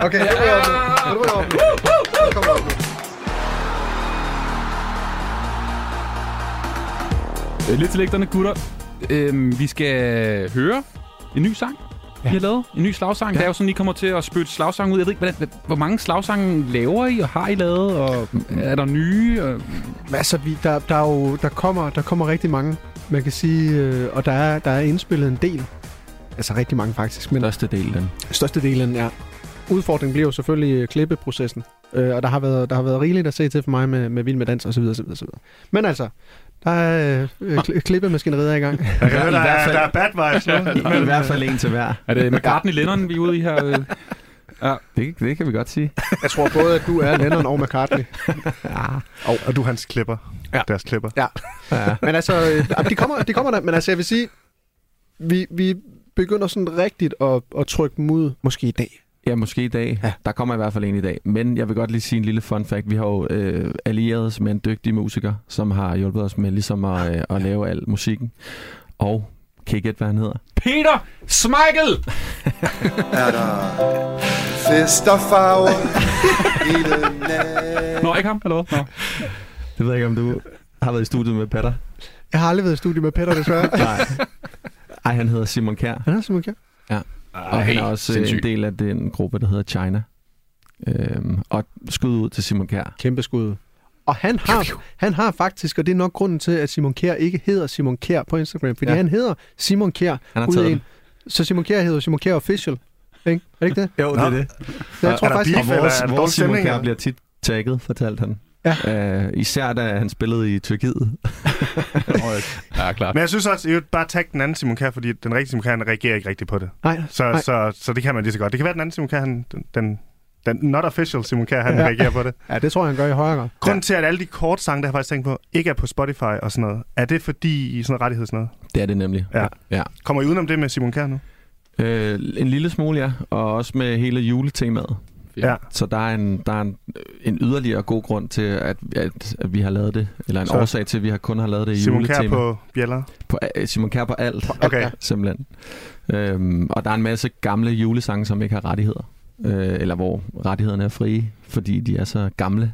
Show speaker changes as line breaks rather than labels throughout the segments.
Okay, nu ryger jeg op nu. Nu ryger jeg op nu. Nu kommer jeg op nu.
Øh, Lidt til lægterne, gutter. Øhm, vi skal høre en ny sang, ja. I har lavet. En ny slagsang. Ja. Det er jo sådan, I kommer til at spytte slagsang ud. Jeg ved ikke, hvordan, hvor mange slagsange laver I, og har I lavet, og er der nye? Og...
Altså, vi, der, der, er jo, der, kommer, der kommer rigtig mange, man kan sige, øh, og der er, der er indspillet en del. Altså rigtig mange faktisk, men
Første del, den.
størstedelen er... Udfordringen bliver jo selvfølgelig øh, klippeprocessen, øh, og der har, været, der har været rigeligt at se til for mig med, med Vild Med Dans osv. osv., osv. Men altså, der er øh, øh, kli- klippemaskineriet er i gang.
Jeg kan høre, der,
I hvert
er,
fald-
der er bad vibes nu.
I hvert fald en til hver.
Er det McCartney Lennon, vi er ude i her? Øh?
Det, det kan vi godt sige.
Jeg tror både, at du er Lennon og McCartney.
Og, og du er hans klipper.
Ja.
Deres klipper.
Ja.
Men altså, øh, jamen, det kommer, det kommer der. Men altså, jeg vil sige, vi, vi begynder sådan rigtigt at, at trykke dem ud. Måske i dag.
Ja, måske i dag. Ja. Der kommer i hvert fald en i dag. Men jeg vil godt lige sige en lille fun fact. Vi har jo øh, allieret os med en dygtig musiker, som har hjulpet os med ligesom at, øh, at lave al musikken. Og kan I gætte, hvad han hedder?
Peter Smeichel!
er der fest og farver hele natten.
Nå, ikke ham, eller hvad? Nå.
Det ved jeg ikke, om du har været i studiet med Petter.
Jeg har aldrig været i studiet med Peter, desværre.
Nej. Ej, han hedder Simon Kær.
Han er Simon Kjær.
Og han er også sindssyg. en del af den gruppe, der hedder China. Øhm, og skud ud til Simon Kær.
Kæmpe skud. Og han har, han har faktisk, og det er nok grunden til, at Simon Kjær ikke hedder Simon Kjær på Instagram, fordi ja.
Ja.
han hedder Simon Kjær.
Han har
ud af
taget
en. Så Simon Kjær hedder Simon Kjær Official. Ikke? Er det ikke det?
Jo,
det er
det.
Så jeg
Er
tror
der
faktisk,
beef?
Og
Eller
vores,
er det dårlig
vores Simon
stemning,
Kjær
eller?
bliver tit tagget, fortalte han.
Ja.
Øh, især da han spillede i Tyrkiet.
Ja, klart.
Men jeg synes også, at bare tag den anden Simon Kjær, fordi den rigtige Simon Kjær, han reagerer ikke rigtigt på det.
nej,
Så,
Nej.
så, så det kan man lige så godt. Det kan være, den anden Simon Kjær, han, den, den, den not official Simon Kjær, han
Ja.
ja. reagerer på det.
ja, det tror jeg, han gør i højere grad.
Grunden til, at alle de korte sange, der har jeg faktisk tænkt på, ikke er på Spotify og sådan noget, er det fordi i sådan noget rettighed sådan noget?
Det er det nemlig.
Ja.
ja.
Kommer I udenom det med Simon Kjær nu?
Øh, en lille smule, ja. Og også med hele juletemaet.
Ja.
Så der er en, der er en, en yderligere god grund til, at, at, at vi har lavet det. Eller en
Så-
så. årsag til, at vi har kun har lavet det i
Simon Kjær
juletema.
på bjæller?
på øh, Simon Kjær på alt.
Okay.
simpelthen. Øhm, og der er en masse gamle julesange, som ikke har rettigheder. Øh, eller hvor rettighederne er frie, fordi de er så gamle.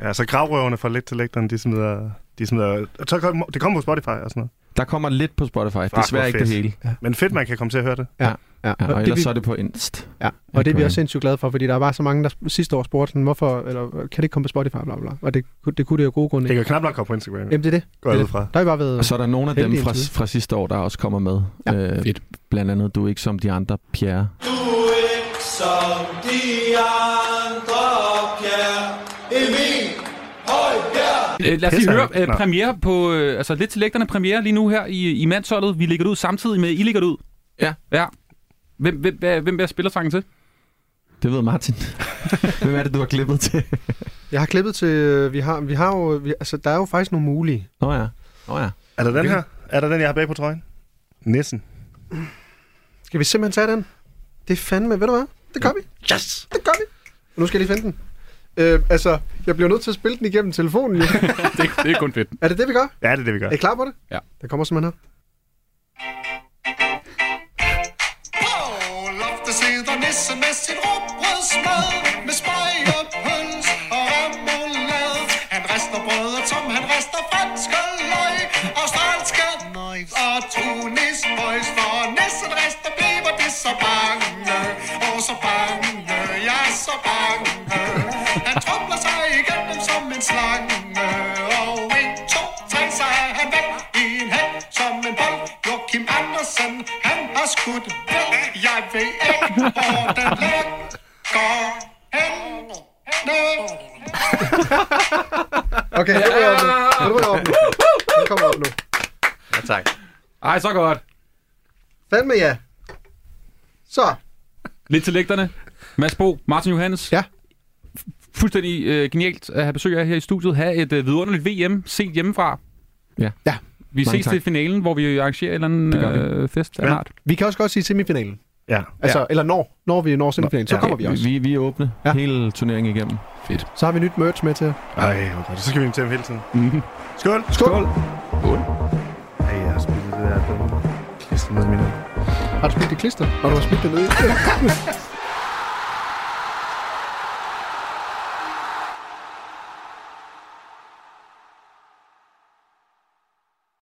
Ja, så gravrøverne fra lidt til lægterne, de smider... De smider og så kom, det kommer på Spotify og sådan
Der kommer lidt på Spotify, Fuck,
hvor
desværre ikke det
fedt.
hele.
noget. Men fedt, man kan komme til at høre det.
Ja,
Ja, og
det,
ellers
vi,
så er det på Inst.
ja. og det er vi
Okay.
også sindssygt glade for, fordi der var så mange, der s- sidste år spurgte, sådan, hvorfor, eller, kan det ikke komme på Spotify, bla, bla, bla. Og det, kunne- det kunne det jo af gode grunde
Det
ikke.
kan knap nok komme på Instagram.
Jamen, det er det.
Går jeg ud fra.
Der har vi bare været...
Og så er der nogle af dem
Heldig
fra,
indtil
fra sidste år, der også kommer med.
Ja,
øh,
fedt.
Blandt andet Du er ikke som de andre, Pierre.
Du er ikke som de andre Pierre Emil Højbjerg.
Øh, lad os lige
Pisser
høre
han.
øh,
Nå.
premiere på... Øh, altså, lidt til lægterne premiere lige nu her i, i mandsholdet. Vi ligger det ud samtidig med, I ligger det ud.
Ja.
Ja. Hvem, hvem, hvem, hvem er spillersangen til?
Det ved Martin. Hvem er det, du har klippet til?
Jeg har klippet til... øh, Vi har, vi har jo... Vi, altså, der er jo faktisk nogle mulige.
Nå ja. Nå ja.
Er der den her? Er der den, jeg har bag på trøjen? Nissen.
Skal vi simpelthen tage den? Det er fandme... Ved du hvad? Det gør vi. Yes! Det gør vi. Og nu skal jeg lige finde den. Øh, altså, jeg bliver nødt til at spille den igennem telefonen. Jo.
det, det er kun fedt.
er det det, vi gør?
Ja, det er det, vi gør.
Er I klar på det?
Ja.
Det kommer simpelthen her.
Paul ofte sidder nissen med sin råbrødsmad Med spej og pøls og remoulade Han rester brødet, som han rester franske løg Australske knives og tunis boys For nissen rester bliver det så bange Og så bange, ja så bange Han trumler sig igennem som en slange Og en, to, tre, så er han væk i en hæk som en bold Joachim Andersen, han har skudt væk Jeg ved ikke, hvor den ligger henne
Okay, nu ryger jeg op nu. Nu ryger jeg op nu. Nu kommer jeg op nu.
Ja, tak.
Ej, så godt.
Fandme ja. Så.
Lidt til lægterne. Mads Bo, Martin Johannes.
Ja.
Fu- Fuldstændig øh, genialt at have besøg af jer her i studiet. Ha' et øh, vidunderligt VM set hjemmefra.
Ja.
Ja.
Vi
Mange
ses
tak.
til finalen, hvor vi arrangerer en eller anden øh, fest af en
Ja.
art.
Vi kan også godt sige semifinalen.
Ja.
Altså, ja. eller når. Når vi når semifinalen, så
Ja,
kommer vi også.
Vi, vi er åbne
Ja.
ja. hele turneringen igennem.
Så har vi nyt merch med til jer.
Ej, hvor godt. Så skal vi invitere dem hele tiden. Mm-hmm. Skål!
Skål!
Ej, jeg har spillet det der dumme. Kæft, noget af mine.
Har du spillet det klister? Når du har spillet det ned?